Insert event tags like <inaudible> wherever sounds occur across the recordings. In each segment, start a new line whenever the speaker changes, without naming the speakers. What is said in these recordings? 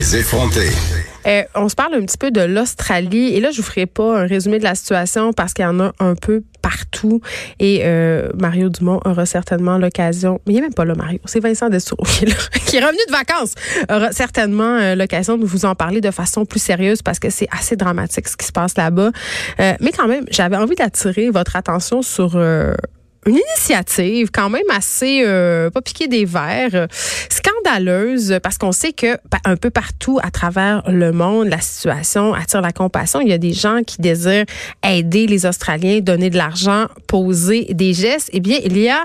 Les effronter.
Euh, on se parle un petit peu de l'Australie et là je vous ferai pas un résumé de la situation parce qu'il y en a un peu partout et euh, Mario Dumont aura certainement l'occasion, mais il n'est même pas là Mario, c'est Vincent Dessoureau qui est là, <laughs> qui est revenu de vacances, aura certainement euh, l'occasion de vous en parler de façon plus sérieuse parce que c'est assez dramatique ce qui se passe là-bas. Euh, mais quand même, j'avais envie d'attirer votre attention sur euh, une initiative quand même assez euh, pas piquée des verres, euh, scandaleuse parce qu'on sait que un peu partout à travers le monde, la situation attire la compassion. Il y a des gens qui désirent aider les Australiens, donner de l'argent, poser des gestes. Eh bien, il y a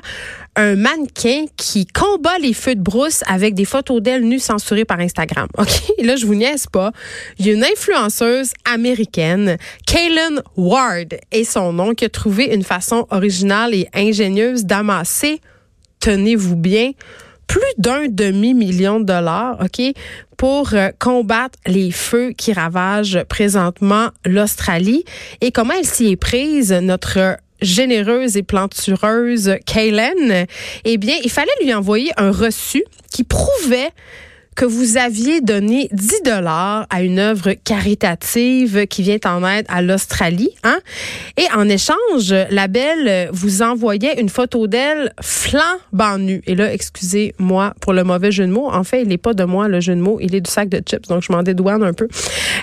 un mannequin qui combat les feux de brousse avec des photos d'elle nues censurées par Instagram. <laughs> OK? Là, je vous niaise pas. Il y a une influenceuse américaine, Kaylin Ward, et son nom, qui a trouvé une façon originale et ingénieuse d'amasser, tenez-vous bien, plus d'un demi-million de dollars, OK, pour euh, combattre les feux qui ravagent présentement l'Australie. Et comment elle s'y est prise, notre euh, généreuse et plantureuse Kaylen, eh bien, il fallait lui envoyer un reçu qui prouvait que vous aviez donné 10 dollars à une œuvre caritative qui vient en aide à l'Australie. Hein? Et en échange, la belle vous envoyait une photo d'elle flambant nue. Et là, excusez-moi pour le mauvais jeu de mots. En fait, il n'est pas de moi le jeu de mots, il est du sac de chips, donc je m'en dédouane un peu.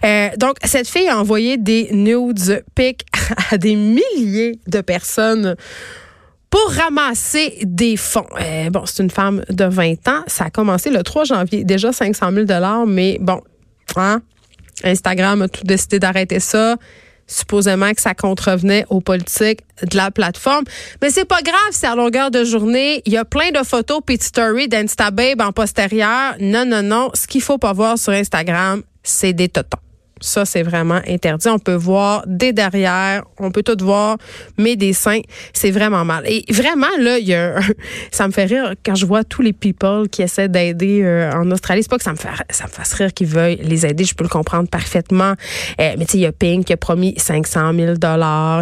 Euh, donc, cette fille a envoyé des nudes pics <laughs> à des milliers de personnes pour ramasser des fonds. Euh, bon, c'est une femme de 20 ans. Ça a commencé le 3 janvier. Déjà 500 000 mais bon, hein? Instagram a tout décidé d'arrêter ça. Supposément que ça contrevenait aux politiques de la plateforme. Mais c'est pas grave, c'est à longueur de journée. Il y a plein de photos petites stories d'Instababe en postérieur. Non, non, non. Ce qu'il faut pas voir sur Instagram, c'est des totons. Ça, c'est vraiment interdit. On peut voir des derrière, on peut tout voir, mais des seins, c'est vraiment mal. Et vraiment, là, il y a un, <laughs> ça me fait rire quand je vois tous les people qui essaient d'aider euh, en Australie. C'est pas que ça me, fait, ça me fasse rire qu'ils veuillent les aider, je peux le comprendre parfaitement. Euh, mais tu sais, il y a Pink qui a promis 500 000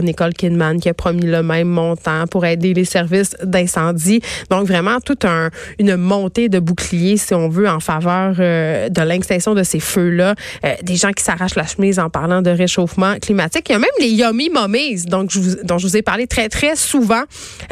Nicole Kidman qui a promis le même montant pour aider les services d'incendie. Donc, vraiment, toute un, une montée de boucliers, si on veut, en faveur euh, de l'extinction de ces feux-là. Euh, des gens qui s'arrachent la chemise en parlant de réchauffement climatique. Il y a même les Yummy Mummies, donc je vous, dont je vous ai parlé très, très souvent.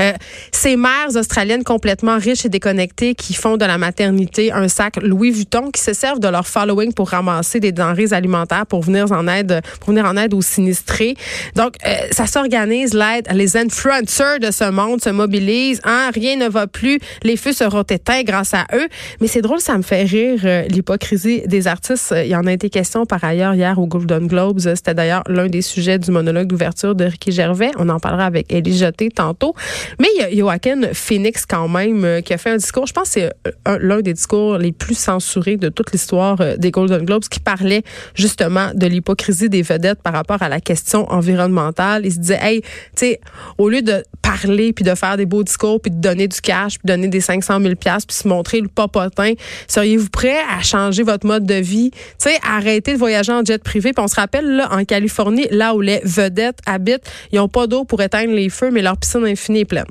Euh, ces mères australiennes complètement riches et déconnectées qui font de la maternité un sac Louis Vuitton, qui se servent de leur following pour ramasser des denrées alimentaires pour venir en aide, pour venir en aide aux sinistrés. Donc, euh, ça s'organise l'aide. Les influencers de ce monde se mobilisent. Hein? Rien ne va plus. Les feux seront éteints grâce à eux. Mais c'est drôle, ça me fait rire euh, l'hypocrisie des artistes. Il y en a été question par ailleurs hier au Golden Globes. C'était d'ailleurs l'un des sujets du monologue d'ouverture de Ricky Gervais. On en parlera avec Elie Jeté tantôt. Mais il y a Joaquin Phoenix quand même euh, qui a fait un discours. Je pense que c'est euh, l'un des discours les plus censurés de toute l'histoire euh, des Golden Globes qui parlait justement de l'hypocrisie des vedettes par rapport à la question environnementale. Il se disait, hey, tu sais, au lieu de parler puis de faire des beaux discours puis de donner du cash puis de donner des 500 000 pièces puis se montrer le popotin, seriez-vous prêt à changer votre mode de vie? Tu sais, arrêter de voyager en jet privé. Puis on se rappelle, là, en Californie, là où les vedettes habitent, ils n'ont pas d'eau pour éteindre les feux, mais leur piscine infinie est pleine.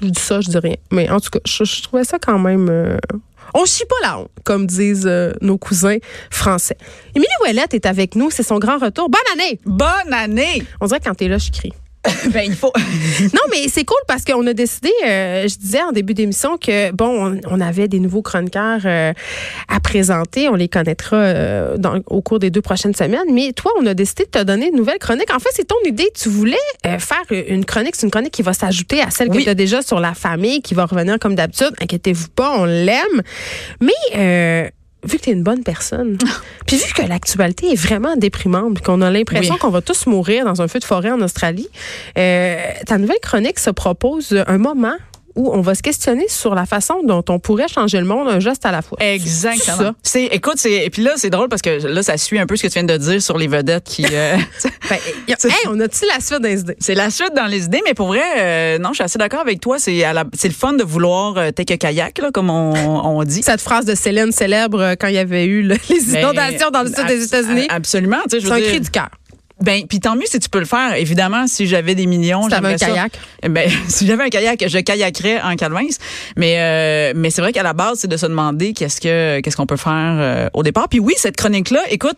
Je vous dis ça, je dis rien. Mais en tout cas, je, je trouvais ça quand même. Euh, on chie pas la honte, comme disent euh, nos cousins français. Émilie Ouellette est avec nous, c'est son grand retour. Bonne année!
Bonne année!
On dirait que quand t'es là, je crie.
ben, il faut.
non, mais c'est cool parce qu'on a décidé, euh, je disais en début d'émission que, bon, on, on avait des nouveaux chroniqueurs euh, à présenter. On les connaîtra euh, dans, au cours des deux prochaines semaines. Mais toi, on a décidé de te donner une nouvelle chronique. En fait, c'est ton idée. Tu voulais euh, faire une chronique. C'est une chronique qui va s'ajouter à celle oui. que tu as déjà sur la famille, qui va revenir comme d'habitude. Inquiétez-vous pas, on l'aime. Mais euh, vu que tu es une bonne personne, <laughs> puis vu que l'actualité est vraiment déprimante, puis qu'on a l'impression oui. qu'on va tous mourir dans un feu de forêt en Australie, euh, ta nouvelle chronique se propose un moment où on va se questionner sur la façon dont on pourrait changer le monde un geste à la fois.
<laughs> Exactement. C'est écoute, c'est et puis là c'est drôle parce que là ça suit un peu ce que tu viens de dire sur les vedettes qui euh, <laughs>
ben, y a, hey, on a-tu la suite dans les idées
C'est la suite dans les idées mais pour vrai euh, non, je suis assez d'accord avec toi, c'est c'est le fun de vouloir euh, take a kayak là comme on,
<laughs>
on, dit.
Cette phrase de Céline euh, <laughs> Ben, célèbre quand il y avait eu là, les inondations dans le sud des États-Unis.
Absolument, tu sais je
C'est un dire, cri du cœur.
Ben, puis tant mieux si tu peux le faire. Évidemment, si j'avais des millions,
Si t'avais un
j'aimerais ça.
kayak.
Eh Ben, <laughs> si j'avais un kayak, je kayakerais en Calvins. Mais, euh, mais c'est vrai qu'à la base, c'est de se demander qu'est-ce que qu'est-ce qu'on peut faire euh, au départ. Puis oui, cette chronique-là, écoute,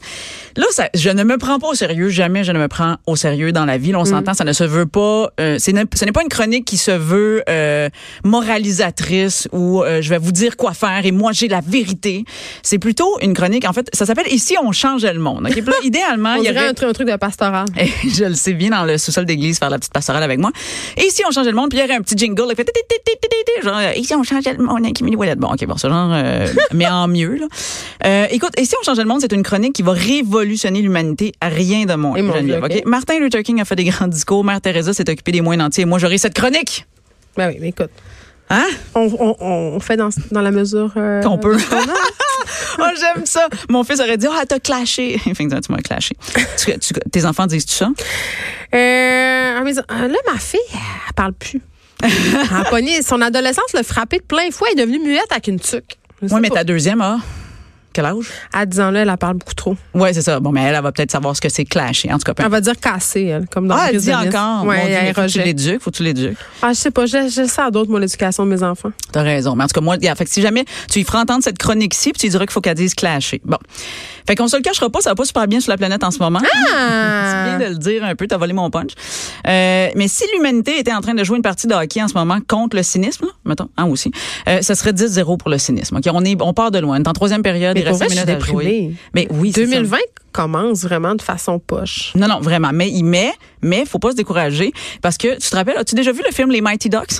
là, ça, je ne me prends pas au sérieux. Jamais je ne me prends au sérieux dans la vie. Là,
Mm.
on s'entend, ça ne se veut pas. euh, c'est ne- ce n'est pas une chronique qui se veut euh, moralisatrice ou euh, je vais vous dire quoi faire et moi j'ai la vérité. C'est plutôt une chronique. En fait, ça s'appelle ici on change le monde. OK?
<laughs>
Puis là, idéalement,
On
Ah, il y
dirait
aurait
un, truc- un truc de pastoral.
et je le sais bien dans le sous-sol d'église faire la petite pastorale avec moi. Et ici on changeait le monde, puis il y aurait un petit jingle là, qui fait tit, tit, tit, tit, tit, genre euh, ici on changeait le monde avec Emily Ouellet. Bon, OK, bon, ce genre euh, mais en mieux là. Euh, écoute, ici on changeait le monde, c'est une chronique qui va révolutionner l'humanité à rien de moins.
Et mon
Geneviève,
Dieu,
OK?
OK.
Martin Luther King a fait des grands discours, Mère Teresa s'est occupée des moines entiers. Moi, j'aurai cette chronique.
Ben oui, mais écoute,
Hein
on, on- on fait dans, dans la mesure euh, <laughs>
Qu'on peut.
qu'on a.
<laughs> Oh, j'aime ça. Mon fils aurait dit "Ah, t'as clashé." <laughs> Effectivement, tu m'as clashé. Tu- tu- tes enfants disent tu ça
Euh, en maison- euh, là, ma fille, elle parle plus. Elle a pogné- son adolescence l'a frappée de plein fouet. Elle est devenue muette avec une tuque. Je sais
Oui, mais
pas.
ta deuxième a quel âge
À 10 ans, là, elle en parle beaucoup trop.
Ouais, c'est ça. Bon, mais elle, elle va peut-être savoir ce que c'est clasher. En tout cas, peu
Elle
importe.
va dire cassée, elle, comme dans
Ben. Ah, elle
Brise
dit
de Nice.
encore.
Ouais,
Mon Dieu,
elle
mais faut que tu
rejette.
l'éduques, faut que tu l'éduques.
Ah, je sais pas, je, je sais à d'autres, mon éducation de mes
<laughs>
enfants.
T'as raison. Mais en tout cas, moi, regarde, fait que si jamais tu y feras entendre cette chronique-ci, puis tu lui diras qu'il faut qu'elle dise clasher. Bon. Fait qu'on se le cachera pas, ça va pas super bien sur la planète en ce moment.
Ah!
Tu viens de le dire un peu, t'as volé mon punch. Euh, mais si l'humanité était en train de jouer une partie de hockey en ce moment contre le cynisme, là, mettons, hein, aussi, euh, ça serait 10-0 pour le cynisme. OK, on, est, on part de loin. On est en troisième période,
Mais
il
pour
reste
vrai,
cinq
je suis
minutes à jouer.
déprimée.
Mais oui, c'est ça.
2020 commence vraiment de façon poche.
Non, non, vraiment. Mais il met, mais faut pas se décourager parce que tu te rappelles, as-tu déjà vu le film Les Mighty Ducks?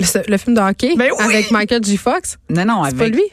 Mais ce- Le film de hockey
Ben oui!
avec Michael G. Fox,
Non, non,
c'est
avec.
pas lui?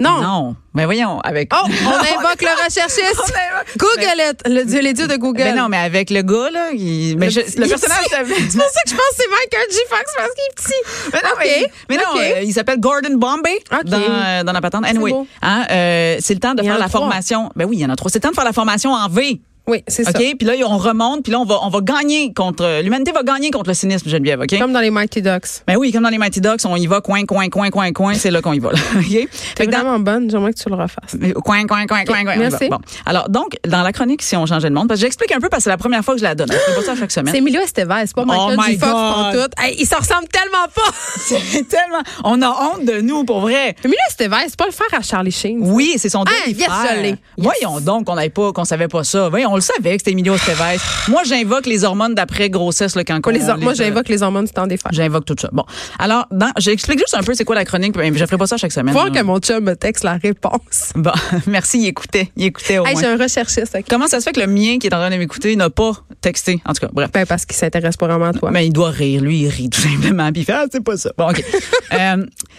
Non.
Non. Mais voyons, avec. <laughs>
Oh, on invoque le recherchiste. Google it, le dieu, les dieux de Google.
Mais Ben non, mais avec le gars, là, il- mais
Le
je-
petit-
le
il est
personnage.
petit. <laughs> C'est pour ça que je pense que c'est Michael G. Fox parce qu'il est petit.
Mais non,
OK.
mais, mais non,
Ah, OK.
euh, il s'appelle Gordon Bombay
OK.
dans, euh, dans la patente. Anyway,
beau.
hein, euh, c'est le temps de
Il y en
faire
a
la
trois.
formation. Ben oui, il y en a trois. C'est le temps de faire la formation en V.
Oui, c'est ça.
OK? Puis là, on remonte, puis là, on va, on va gagner contre. euh, L'humanité va gagner contre le cynisme, Geneviève, OK?
Comme dans les Mighty Ducks.
Ben oui, comme dans les Mighty Ducks, on y va coin, coin, coin, coin, coin, c'est là qu'on y va. là. <laughs> OK?
T'es
Fait que dans-
vraiment bonne, j'aimerais que tu le refasses.
Euh, Coin, coin, coin, coin, coin.
merci.
Bon. Alors, donc, dans la chronique, si on changeait de monde, parce que j'explique un peu parce que c'est la première fois que je la donne. Je fais pas ça chaque
C'est <laughs>
semaine.
Emilio Estevez, c'est pas Michael
Oh my
G. Fox
God.
pantoute. Hey, ils se ressemblent tellement
<laughs>
pas.
C'est tellement. On a honte de nous, pour vrai.
Emilio Estevez, c'est pas le frère à Charlie Sheen.
Oui, c'est son dernier
Ah, yes,
frère.
je l'ai. Yes.
Voyons donc qu'on n'avait pas, qu'on savait pas ça. Voyons, on le savait que c'était Emilio Estevez. Moi, j'invoque les hormones d'après grossesse, le quand
Pas
on
les hor-
les- euh,
Moi, j'invoque les hormones du temps des fêtes.
J'invoque tout ça. Bon. Alors, dans- j'explique juste un peu c'est quoi la chronique, mais je ferai pas ça chaque semaine.
Voir
hein.
que mon chum me texte la réponse.
Bon, <laughs> merci, il écoutait. Il écoutait au
Hey,
moins.
j'ai un recherchiste. ok.
Comment ça se fait que le mien qui est en train de m'écouter n'a pas texté? En tout cas, bref.
Ben, parce qu'il s'intéresse pas vraiment à toi.
Mais il doit rire, lui, il rit tout simplement, puis il fait Ah, c'est pas ça. Bon,
<laughs>
OK. Euh,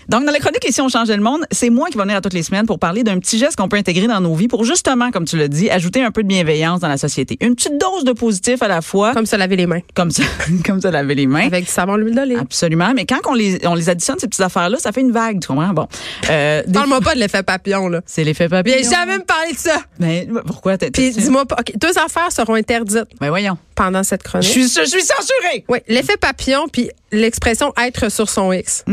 donc, dans la chronique Ici, on changeait le monde, c'est moi qui vais venir à toutes les semaines pour parler d'un petit geste qu'on peut intégrer dans nos vies pour justement, comme tu l'as dit, ajouter un peu de bienveillance dans la société. Une petite dose de positif à la fois,
Comme se laver les mains.
comme ça, <laughs> comme ça laver les mains.
Avec du savon à l'huile d'olive.
Absolument. Mais quand on les, on les additionne, ces petites affaires-là, ça fait une vague, tu comprends? Bon. Euh, des-
Parle-moi pas de l'effet papillon, là.
c'est l'effet papillon.
Viens jamais me parler de ça.
Mais pourquoi? t'es-
Puis
t'es-
dis-moi pas. ok, Deux affaires seront interdites
Ben voyons.
pendant cette
Je
chronique.
suis, je suis censurée!
Oui, l'effet papillon puis l'expression être sur son <laughs> X.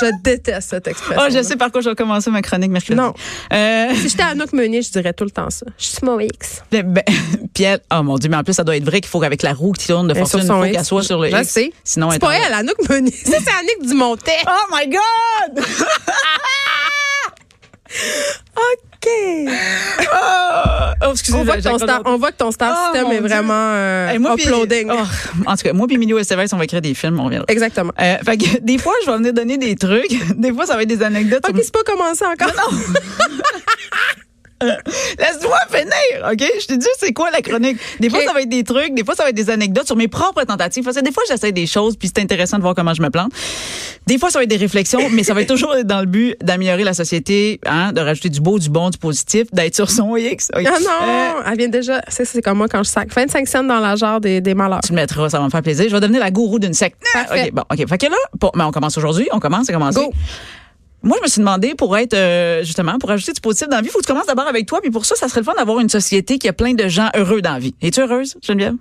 je déteste cette expression.
Oh, je sais par quoi je vais commencer ma chronique mercredi.
Non.
Euh,
Si j'étais Anouk Meunier, je dirais tout le temps ça. Je suis mon X.
Ben, ben, <laughs> puis elle, oh mon dieu, mais en plus, ça doit être vrai qu'il faut qu'avec la roue qui tourne de
Elle est
fortune, il
sur son
faut
X.
qu'elle soit sur le
Je
X.
sais.
Sinon,
C'est
est
pas
en-
elle, Anouk Meunier. Ça, c'est Annick Dumontet.
Oh my God!
OK.
Ah! Oh,
<laughs>
excusez
On voit que ton star, on voit que ton star
Oh,
system
mon
est
Dieu.
vraiment euh,
moi, puis-
uploading.
oh, en tout cas, moi puis Emilio Estevez, on va écrire des films, on reviendra.
Exactement.
Euh, fait que <laughs> des fois, je vais venir donner des trucs. <laughs> Des fois, ça va être des anecdotes.
OK, c'est pas commencé encore.
Laisse-moi finir, OK? Je te dis, c'est quoi la chronique? Des fois,
OK.
ça va être des trucs, des fois, ça va être des anecdotes sur mes propres tentatives. Parce que des fois, j'essaie des choses, puis c'est intéressant de voir comment je me plante. Des fois, ça va être des réflexions, mais ça va être toujours être dans le but d'améliorer la société, hein, de rajouter du beau, du bon, du positif, d'être sur son X. OK.
Ah
Euh,
non, elle vient déjà. C'est c'est comme moi quand je sac 25 cents dans la jarre des, des malheurs.
tu le mettras, ça va me faire plaisir. Je vais devenir la gourou d'une secte. Ah,
Parfait.
OK, bon, OK. Fait que là, bon, mais on commence aujourd'hui, on commence, c'est commencé.
Go.
Moi, je me suis demandé pour être euh, justement pour ajouter du positif dans la vie, faut que tu commences d'abord avec toi, puis pour ça, ça serait le fun d'avoir une société qui a plein de gens heureux dans la vie. Es-tu heureuse, Geneviève?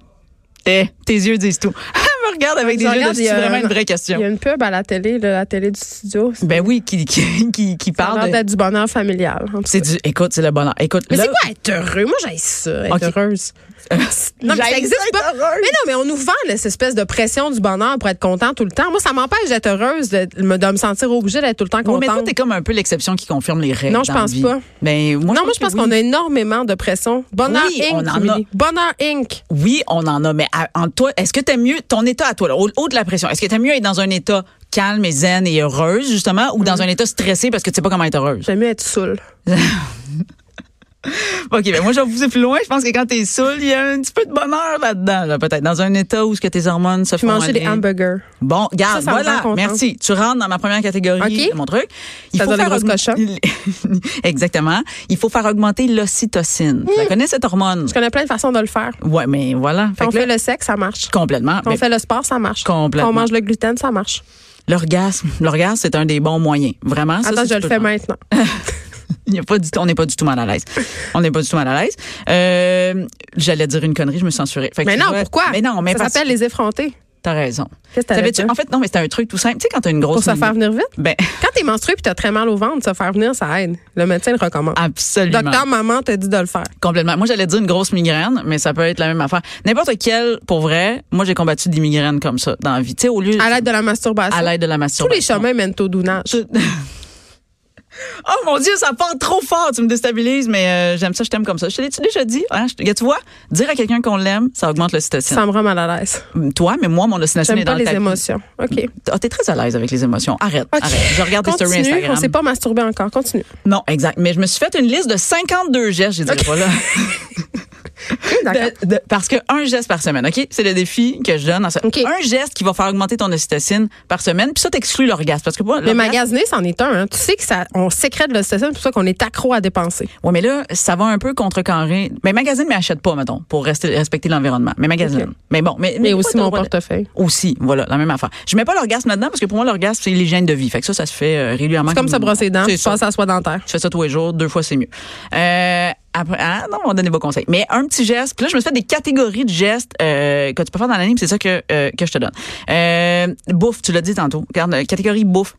Eh, tes yeux disent tout. <laughs> me regardes
Je
avec des yeux de
regarde, il y
c'est
a
vraiment
un-
une vraie
Il y a
question.
une pub à la télé, là, la télé du studio. Ça
Ben oui, qui, qui, qui, qui
a
parle.
l'air
de-
d'être du bonheur familial. en tout cas.
C'est du, écoute, c'est le bonheur. Écoute,
Mais
là-
c'est quoi être heureux? Moi, j'ai ça, être
Ok. <laughs>
heureuse. Non, mais ça
J'haïs
existe
être
pas. Mais non, mais on nous vend là, cette espèce de pression du bonheur pour être content tout le temps. Moi, ça m'empêche d'être heureuse, de, de me sentir obligée d'être tout le temps
Oui, mais toi,
contente.
t'es comme un peu l'exception qui confirme les règles.
Non, je
dans la
pense
vie.
pas.
Ben, moi,
non, moi, je pense qu'on
oui.
a énormément de pression. Bonheur
Oui,
Inc.
on en
Émilie. Bonheur Inc.
Oui, on en a, mais à- en toi, est-ce que t'aimes mieux ton état à toi, là, au haut de la pression, est-ce que t'aimes mieux être dans un état calme et zen et heureuse, justement, ou dans un état stressé parce que tu sais pas comment être heureuse?
J'aime mieux être saoule.
<laughs> OK, ben moi, je vais vous pousser plus loin. Je pense que quand t'es saoul, il y a un petit peu de bonheur là-dedans, là, peut-être. Dans un état où ce que tes hormones se
Puis
font
manger des
aller.
hamburgers.
Bon, garde,
Ça, ça me
voilà,
rend contente.
merci. Tu rentres dans ma première catégorie
OK.
de mon truc. Il
Ça donne un
faire
gros
augm- <laughs> Exactement. Il faut faire augmenter l'ocytocine. Tu la connais, cette hormone?
Je connais plein de façons de le faire.
Ouais, mais voilà. Fait
Quand on
que là,
fait le sexe, ça marche.
complètement.
Quand
Ben,
on fait le sport, ça marche. Quand
Complètement.
on mange le gluten, ça marche.
L'orgasme, l'orgasme, c'est un des bons moyens. Vraiment. ça,
Attends,
si
je le
tu peux
fais
faire.
maintenant.
Il y a pas du tout- on n'est pas du tout mal à l'aise. On n'est pas du tout mal à l'aise. Euh, J'allais dire une connerie, je me censurais. Fait que
Mais
tu
non,
vois-
pourquoi?
Mais non, mais
ça
parce
s'appelle les effrontés.
t'as raison.
Qu'est-ce que t'allais
Savais-tu-
dire?
En fait, non, mais c'est un truc tout simple. Tu sais, quand t'as une grosse.
Pour se faire venir vite?
Ben,
Quand t'es menstrué puis t'as très mal au ventre, se faire venir, ça aide. Le médecin le recommande.
absolument.
Docteur, maman te dit de le faire.
Complètement. Moi, j'allais dire une grosse migraine, mais ça peut être la même affaire. N'importe quelle, pour vrai, moi, j'ai combattu des migraines comme ça dans la vie. Tu sais, au lieu.
À l'aide de la masturbation.
à l'aide de la
Tous
masturbation.
les chemins mènent au dounage.
Je- <laughs> oh mon Dieu, ça part trop fort. Tu me déstabilises, mais euh, j'aime ça, je t'aime comme ça. Je te l'ai-tu déjà dit? Hein? Je- tu vois, dire à quelqu'un qu'on l'aime, ça augmente l'ocytocine. Mm,
Ça me rend mal à l'aise.
Toi, mais moi, mon ocytocine
J'aime
est dans
pas les
le tapis.
émotions. OK.
Ah, t'es très à l'aise avec les émotions. Arrête,
OK.
arrête. Je regarde tes stories
Continue.
Instagram.
On s'est pas masturbé encore.
<laughs>
Continue.
Non, exact. Mais je me suis fait une liste de 52 gestes, j'ai dit,
<laughs>
voilà.
Hum, D'accord.
De- de- parce que un geste par semaine, OK? C'est le défi que je donne. en ce-
OK.
Un geste qui va faire augmenter ton ocytocine par semaine, puis ça t'exclut l'orgasme. Parce que moi,
Le
l'orgasme-
magasiner, c'en est un. hein. Tu sais que ça, on sécrète le c'est pour ça qu'on est accro à dépenser.
Ouais, mais là, ça va un peu contrecarrer. Mais magazine, mais achète pas, mettons, pour rester, respecter l'environnement. Mais magazine.
Ok.
Mais bon, mais.
Mais
quoi,
aussi
t'as
mon
le droit de-
portefeuille.
Aussi, voilà, la même affaire. Je mets pas l'orgasme là-dedans parce que pour moi, l'orgasme, c'est l'hygiène de vie. Fait que ça, ça se fait euh, régulièrement.
C'est comme se brosser les dents,
C'est
puis
ça.
passer à soi dentaire.
Tu fais ça tous les jours, deux fois c'est mieux. Euh, après, ah, non, on va donner vos conseils. Mais un petit geste, puis là, je me suis fait des catégories de gestes euh, que tu peux faire dans l'année, puis c'est ça que, euh, que je te donne. Euh, bouffe, tu l'as dit tantôt. Regarde, euh, catégorie bouffe.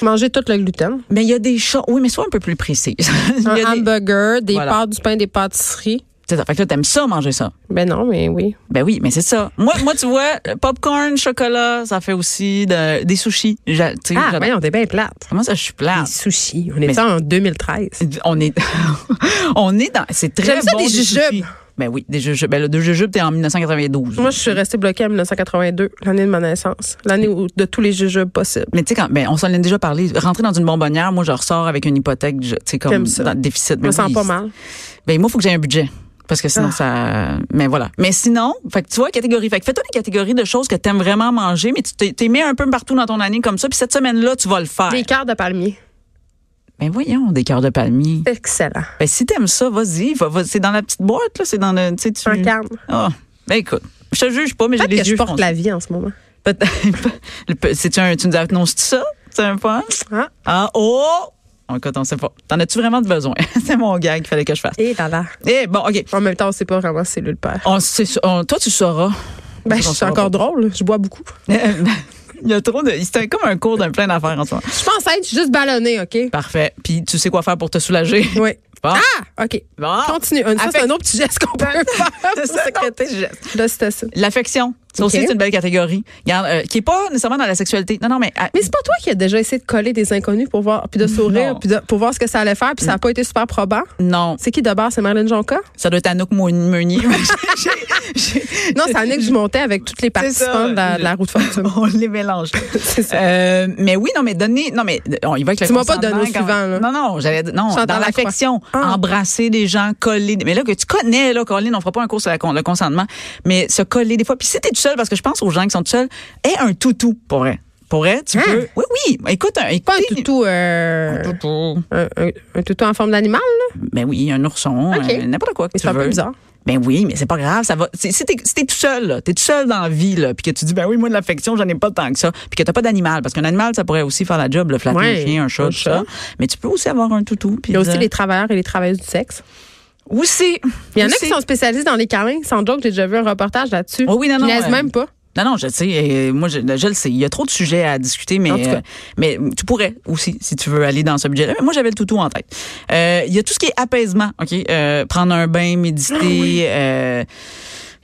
Manger tout le gluten.
Mais il y a des choses. Oui, mais sois un peu plus précis. <laughs> Il y
Un
a des-
hamburger, des
Voilà.
pâtes, du pain, des pâtisseries.
C'est ça. Fait que là, t'aimes ça, manger ça.
Ben non, mais oui.
Ben oui, mais c'est ça. Moi, moi, tu vois, le popcorn, chocolat, ça fait aussi de- des sushis. J'a- tu sais,
Ah,
j'adore. Ah.
ben on est bien plate.
Comment ça, je suis plate?
Des sushis. On est en 2013.
On est, <laughs> on est dans, c'est très
J'aime ça,
bon.
des
des
jujubes.
sushis. Ben oui, des jujubes. Ben le de jujubes, t'es en 1992.
Moi, je suis restée bloquée en 1982, l'année de ma naissance, l'année où- de tous les jujubes possibles.
mais tu sais, quand, ben, on s'en est déjà parlé. Rentrer dans une bonbonnière, moi, je ressors avec une hypothèque, je- tu sais, comme
J'aime ça.
dans le déficit.
Je me sens pas mal. Ah.
Ben, moi, faut que j'ai un budget. Parce que sinon, ça, mais voilà. Mais sinon, fait que tu vois, catégorie. Fait que fais-toi des catégories de choses que t'aimes vraiment manger, mais tu t'es- t'es mis un peu partout dans ton année comme ça, puis cette semaine-là, tu vas le faire.
Des cœurs de palmier.
Ben voyons, des cœurs de palmier.
Excellent.
Ben si t'aimes ça, vas-y. Va, va- c'est dans la petite boîte, là. C'est dans le. Tu sais, tu.
En carne.
Ah. Ben écoute, je te juge pas, mais j'ai
Peut-être
les
que je
yeux
porte
foncés.
la vie en ce moment.
Peut-être. Le pe- C'est-tu un. Tu nous annonces ça? C'est un point?
Hein?
Ah, oh! Écoute, on sait pas. T'en as-tu vraiment de besoin? <laughs> c'est mon gag qu'il fallait que je fasse.
Et là là.
Eh, bon, OK.
En même temps, on sait pas vraiment si c'est lui le père.
On, sait- on- toi, tu sauras.
Ben,
On
je suis
saura
encore drôle. Je bois beaucoup.
pas. <laughs> Il y a trop de. C'est un- comme un cours d'un plein d'affaires en ce moment.
Je pense être juste ballonnée, OK?
Parfait. Puis tu sais quoi faire pour te soulager.
Oui.
Bon.
Ah, OK.
Bon.
<laughs> Continue. Un- Ça,
Affect-
c'est un autre petit geste qu'on peut faire.
Ben, <laughs> C'est ça, secréter, je-
Là, c'était ça.
L'affection. Ça
Ok.
aussi, c'est une belle catégorie. Regarde, euh, qui est pas nécessairement dans la sexualité. Non, non, mais. ah,
Mais c'est pas toi qui as déjà essayé de coller des inconnus pour voir, puis de sourire,
Non. Mm.
puis de- pour voir ce que ça allait faire, puis ça n'a pas été super probant.
non,
C'est qui de base? C'est Marilyn
<laughs>
Jonca?
ça doit être Anouk
<laughs>
Mouni- Meunier. J'ai- j'ai-
Non, c'est Annick Dumontet avec toutes les
C'est ça.
participants de la, de la roue de
<laughs>
fortune.
On les mélange.
C'est ça.
Euh, mais oui, non, mais donner. Non, mais on y va avec le
Tu m'as pas
consentement,
donné au
quand même.
suivant, là.
Non, non, j'allais dire- Non,
Chantal
dans
Lacroix.
l'affection.
Ah.
Embrasser des gens, coller. Mais là, que tu connais, là, Colline, on fera pas un cours sur la con- le consentement. Mais se coller des fois. Puis si t'es tout seul, parce que je pense aux gens qui sont tout seuls, aie un toutou, pour vrai. Pour vrai, tu
Hein?
peux. Oui, oui. Écoute, un,
Pas un
écoutez-
toutou, euh,
toutou.
un, un- un toutou en forme d'animal, là.
Ben oui, un ourson,
Ok.
un- n'importe quoi que
Mais
tu
c'est un peu
veux.
bizarre.
Ben oui, mais c'est pas grave, ça va. Si si t'es si t'es tout seul, là, t'es tout seul dans la vie, là, puis que tu dis ben oui, moi de l'affection, j'en ai pas tant que ça, puis que t'as pas d'animal, parce qu'un animal, ça pourrait aussi faire la job, le flatter
Ouais,
un chien, un chat,
un
tout ça.
chat.
Mais tu peux aussi avoir un toutou. puis
Il y a aussi
dire-
les travailleurs et les travailleuses du sexe.
Aussi.
Il y en a
aussi.
qui sont spécialisés dans les câlins. Sans doute, j'ai déjà vu un reportage là-dessus.
Oh oui, non,
Ils
non,
niaisent
euh,
même pas.
Non, non, je sais. euh, moi, je, je le sais. Il y a trop de sujets à discuter, mais,
En tout cas.
euh, mais tu pourrais aussi, si tu veux aller dans ce budget-là. Mais moi, j'avais le toutou en tête. Euh, Il y a tout ce qui est apaisement, OK? Euh, prendre un bain, méditer.
Ah
euh,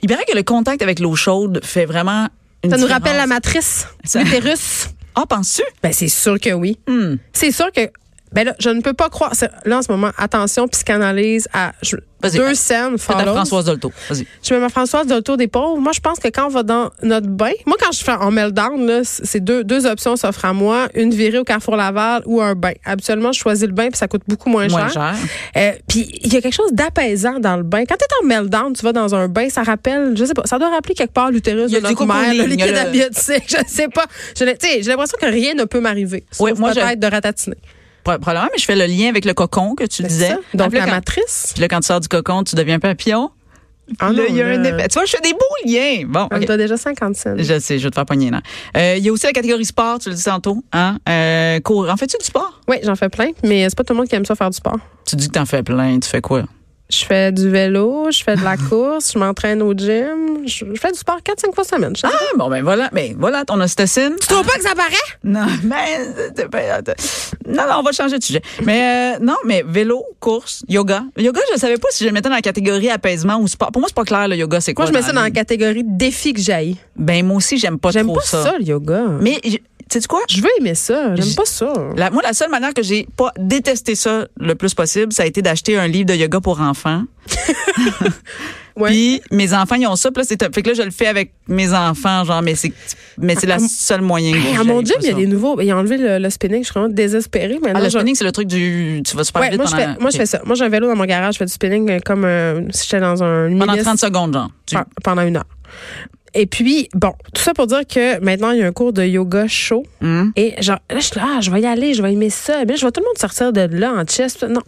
il paraît que le contact avec l'eau chaude fait vraiment une
Ça nous
différence.
rappelle la matrice,
Ça-
l'utérus.
Ah, penses-tu?
Ben, c'est sûr que oui.
Hmm.
C'est sûr que. Ben là, je ne peux pas croire. c'est- Là, en ce moment, attention, psychanalyse à je-
Vas-y.
deux scènes.
Fais ta
follows.
Françoise Dolto. Vas-y.
Je mets ma Françoise de tour des pauvres. Moi, je pense que quand on va dans notre bain, moi, quand je fais en meltdown, là, c- c'est deux, deux options s'offrent à moi. Une virée au Carrefour Laval ou un bain. Habituellement, je choisis le bain puis ça coûte beaucoup moins,
Moins
cher.
cher.
Euh, puis il y a quelque chose d'apaisant dans le bain. Quand t'es en meltdown, tu vas dans un bain, ça rappelle, je sais pas, ça doit rappeler quelque part l'utérus
Il y
de
a du
notre mère,
cocooning,
le
il y a
liquide
le-
amniotique, <laughs> je sais pas. Je l'ai- tu sais, J'ai l'impression que rien ne peut m'arriver.
Oui,
sauf
moi, je-
peut-être de ratatiner.
Pro- Probablement, mais je fais le lien avec le cocon que tu
C'est
disais.
ça? Donc
Puis là,
la
quand-
matrice.
Puis là, quand tu sors du cocon, tu deviens papillon.
Ah
là,
non,
il y a un
là,
effet. Tu vois, je fais des beaux liens. Bon,
On
ok.
me doit déjà 50 cents.
Je sais, je vais te faire pogner, non. Euh, Il y a aussi la catégorie sport, tu le dis tantôt. Hein? Euh, cours. En fais-tu du sport?
Oui, j'en fais plein, mais c'est pas tout le monde qui aime ça faire du sport.
Tu dis que t'en fais plein. Tu fais quoi?
Je fais du vélo, je fais de
<laughs>
la course, je m'entraîne au gym, je je fais du sport 4-5 fois semaine. Je sais pas.
Ah, bon, ben voilà. Ben voilà ton ostacine.
Tu trouves pas que ça paraît?
<laughs> Non, mais. t'es pas- t'es- Non, non, on va changer de sujet. Mais euh, non, mais vélo, course, yoga. Yoga, je savais pas si je le mettais dans la catégorie apaisement ou sport. Pour moi, c'est pas clair, le yoga, c'est quoi?
Moi, je mets ça dans la
le-
catégorie défi que j'aille.
Ben, moi aussi, j'aime pas
J'aime
trop
pas
ça.
ça. le yoga.
Mais, tu sais quoi?
Je veux aimer ça. J'aime
J-
pas ça.
La- moi, la seule manière que j'ai pas détesté ça le plus possible, ça a été d'acheter un livre de yoga pour enfants.
Ouais.
Puis mes enfants, ils ont ça. Puis là, c'est top. Fait que là, je le fais avec mes enfants, genre, mais c'est, mais c'est la
Ah,
seule moyen. que
Hey, à
j'aille
mon gym,
pas
il y a
ça.
des nouveaux. Ils ont enlevé le, le spinning. Je suis vraiment désespérée.
Ah,
Maintenant,
le
Je-
spinning, c'est le truc du. Tu vas super
Ouais,
vite
moi, je
pendant.
fais, moi, je fais ça. Moi, j'ai un vélo dans mon garage. Je fais du spinning euh, comme euh, si j'étais dans un
Pendant
ministre
30 secondes, genre. Tu-
pe- pendant une heure. Et puis, bon, tout ça pour dire que maintenant, il y a un cours de yoga chaud.
Hum.
Et genre, là, je suis là, ah, je vais y aller, je vais aimer ça. Eh bien, je vois tout le monde sortir de là en chest. Non,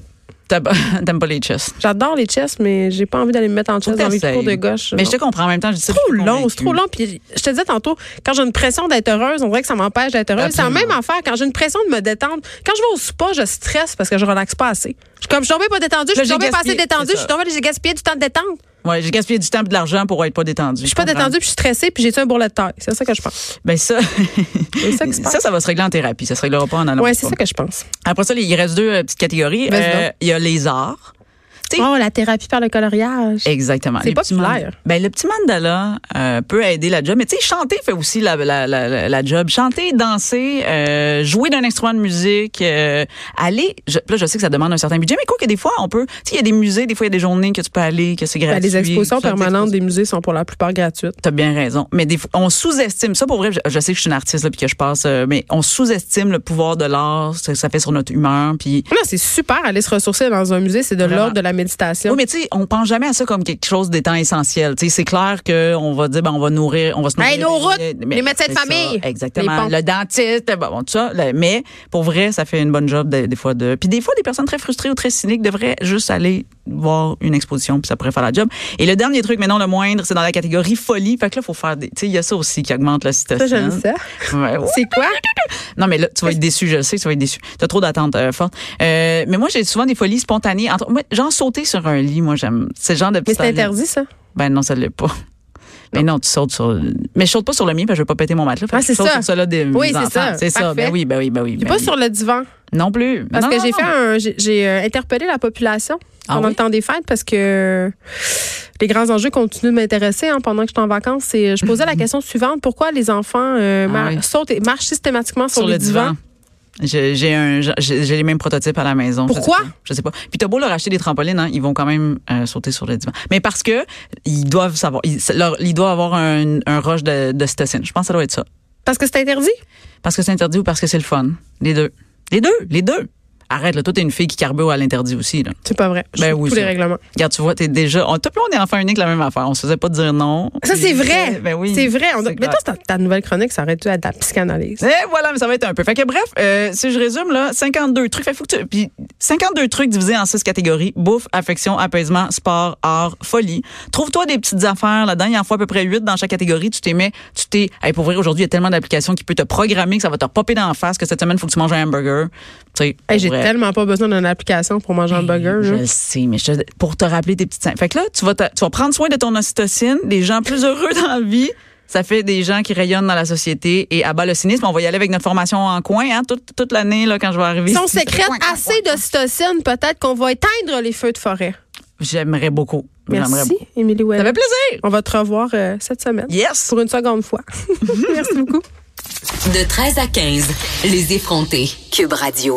T'as pas- <laughs> T'aimes pas les chests.
j'adore les chests, mais j'ai pas envie d'aller me mettre en chest dans mes
t'essayes.
cours de gauche.
Mais
Non.
je te comprends en même temps. Je dis ça,
c'est trop
je suis
long, c'est
convaincue.
trop long. Puis je te disais tantôt, quand j'ai une pression d'être heureuse, on dirait que ça m'empêche d'être heureuse. C'est la
Absolument.
même affaire. Quand j'ai une pression de me détendre, quand je vais au spa, je stresse parce que je relaxe pas assez. Je suis comme, je suis tombée pas détendue, je
Là,
suis
j'ai
tombée pas assez
gaspillé,
détendue,
c'est
je
ça.
suis tombée, j'ai gaspillé du temps de détente.
Ouais, j'ai gaspillé du temps et de l'argent pour être pas détendu.
Je suis pas détendue, puis je suis stressée, puis j'ai un bourrelet de taille. C'est ça que je pense.
Ben ça,
C'est ça qui
<laughs>
se
ça,
passe.
ça va se régler en thérapie. Ça se réglera pas en allant.
Ouais,
au
c'est
spa.
ça que je pense.
Après ça, il reste deux euh, petites catégories.
Vas-y
Euh,
donc.
Il y a les arts. Tu sais,
Oh, la thérapie par le coloriage.
Exactement.
C'est
Les
pas
petits
populaire.
mand- Ben, le petit mandala euh, peut aider la job. Mais tu sais, chanter fait aussi la, la, la, la- la job. Chanter, danser, euh, jouer d'un instrument de musique, euh, aller. Je, là, je sais que ça demande un certain budget, mais quoi que des fois, on peut. Tu sais, il y a des musées, des fois, il y a des journées que tu peux aller, que c'est gratuit.
Ben, les expositions
tout ça, des
permanentes des musées sont pour la plupart gratuites.
T'as bien raison. Mais des fois, on sous-estime ça. Pour vrai, je, je sais que je suis une artiste là, puis que je passe, euh, mais on sous-estime le pouvoir de l'art, ce que ça fait sur notre humeur. Puis
Non, c'est super aller se ressourcer dans un musée, c'est de
Vraiment.
l'ordre de la méditation.
Oui, mais tu sais, on pense jamais à ça comme quelque chose d'étant essentiel. Tu sais, c'est clair que on va dire, ben, on va nourrir, on va se nourrir.
Hey, Ben, nos
des-
routes,
des-
les médecins de
c'est ça,
famille,
exactement.
les ponts.
Le dentiste, bon, bon, tout ça. là, mais pour vrai, ça fait une bonne job des, des fois de. Puis des fois, des personnes très frustrées ou très cyniques devraient juste aller voir une exposition, puis ça pourrait faire la job. Et le dernier truc, mais non le moindre, c'est dans la catégorie folie. Fait que là, faut faire des. Tu sais, il y a ça aussi qui augmente la
Ça,
situation.
j'aime ça. C'est quoi?
Non, mais là, tu vas être déçu, je le sais, tu vas être déçu. T'as trop d'attentes euh, fortes. Euh, mais moi, j'ai souvent des folies spontanées. Entre- moi, genre sauter sur un lit, moi, j'aime. C'est le genre de
Mais
petite
c'est
affaire-là.
interdit, ça.
Ben non, ça l'est pas. Mais non, tu sautes sur. Mais je saute pas sur le mien, parce que je veux pas péter mon matelas. Fait
Ah,
que
c'est
je saute
ça.
sur cela des
Oui,
mes
c'est
enfants.
ça.
C'est ça.
Parfait.
Ben oui, ben oui, ben oui.
Puis
ben
pas
oui.
sur le divan.
Non plus.
Parce
Non,
que
non,
j'ai
non.
fait un. J'ai, j'ai, euh, interpellé la population
Ah
pendant
oui?
le temps des fêtes parce que les grands enjeux continuent de m'intéresser hein, pendant que j'étais en vacances. Et je posais la question suivante pourquoi les enfants euh,
Mhm. Ah
mar-
oui.
sautent et marchent systématiquement sur,
sur le divan. J'ai j'ai un j'ai j'ai les mêmes prototypes à la maison. Je sais
Pourquoi?
pas. Je sais pas. Puis t'as beau leur acheter des trampolines, hein, ils vont quand même euh, sauter sur le divan. Mais parce que ils doivent savoir, ils, leur- ils doivent avoir un, un rush de, de cytocine. Je pense que ça doit être ça.
Parce que c'est interdit.
Parce que c'est interdit ou parce que c'est le fun. Les deux. Les deux. Les deux. Arrête, là, toi t'es une fille qui carbure à l'interdit aussi. Là.
C'est pas vrai. Je
Ben
suis
oui,
tous
c'est
les
vrai.
règlements.
Regarde, tu vois, t'es déjà. On, tout le monde est enfant unique, la même affaire. On se faisait pas dire non.
Ça, c'est
Puis,
vrai.
euh, Ben oui.
C'est vrai. On-
C'est
mais
clair.
toi, ta, ta nouvelle chronique, ça aurait dû être de la psychanalyse.
Et Eh, voilà, mais ça va être un peu. Fait que bref, euh, si je résume là, 52 trucs. Fait que faut que tu- puis 52 trucs divisés en six catégories bouffe, affection, apaisement, sport, art, folie. Trouve-toi des petites affaires là-dedans. Il y en faut à peu près 8 dans chaque catégorie. Tu t'es mets, tu t'es. Hey, pour vrai, aujourd'hui, il y a tellement d'applications qui peuvent te programmer que ça va te popper dans la face que cette semaine, faut que tu manges un hamburger. Tu sais,
Hey,
pour
j'ai
vrai.
tellement pas besoin d'une application pour manger un burger.
Ben, Je
là.
le sais, mais je te- pour te rappeler tes petites. Fait que là, tu vas, te- tu vas prendre soin de ton ocytocine, des gens plus heureux dans la vie. Ça fait des gens qui rayonnent dans la société et abat le cynisme. On va y aller avec notre formation en coin, hein, toute, toute l'année, là, quand je vais arriver.
Si on sécrète assez de cytocine, peut-être qu'on va éteindre les feux de forêt.
J'aimerais beaucoup. J'aimerais
Merci,
beaucoup.
Émilie
Ça
Ouellet.
fait plaisir!
On va te revoir euh, cette semaine.
Yes!
Pour une seconde fois. Merci beaucoup.
De 13 à 15, les effrontés. Cube Radio.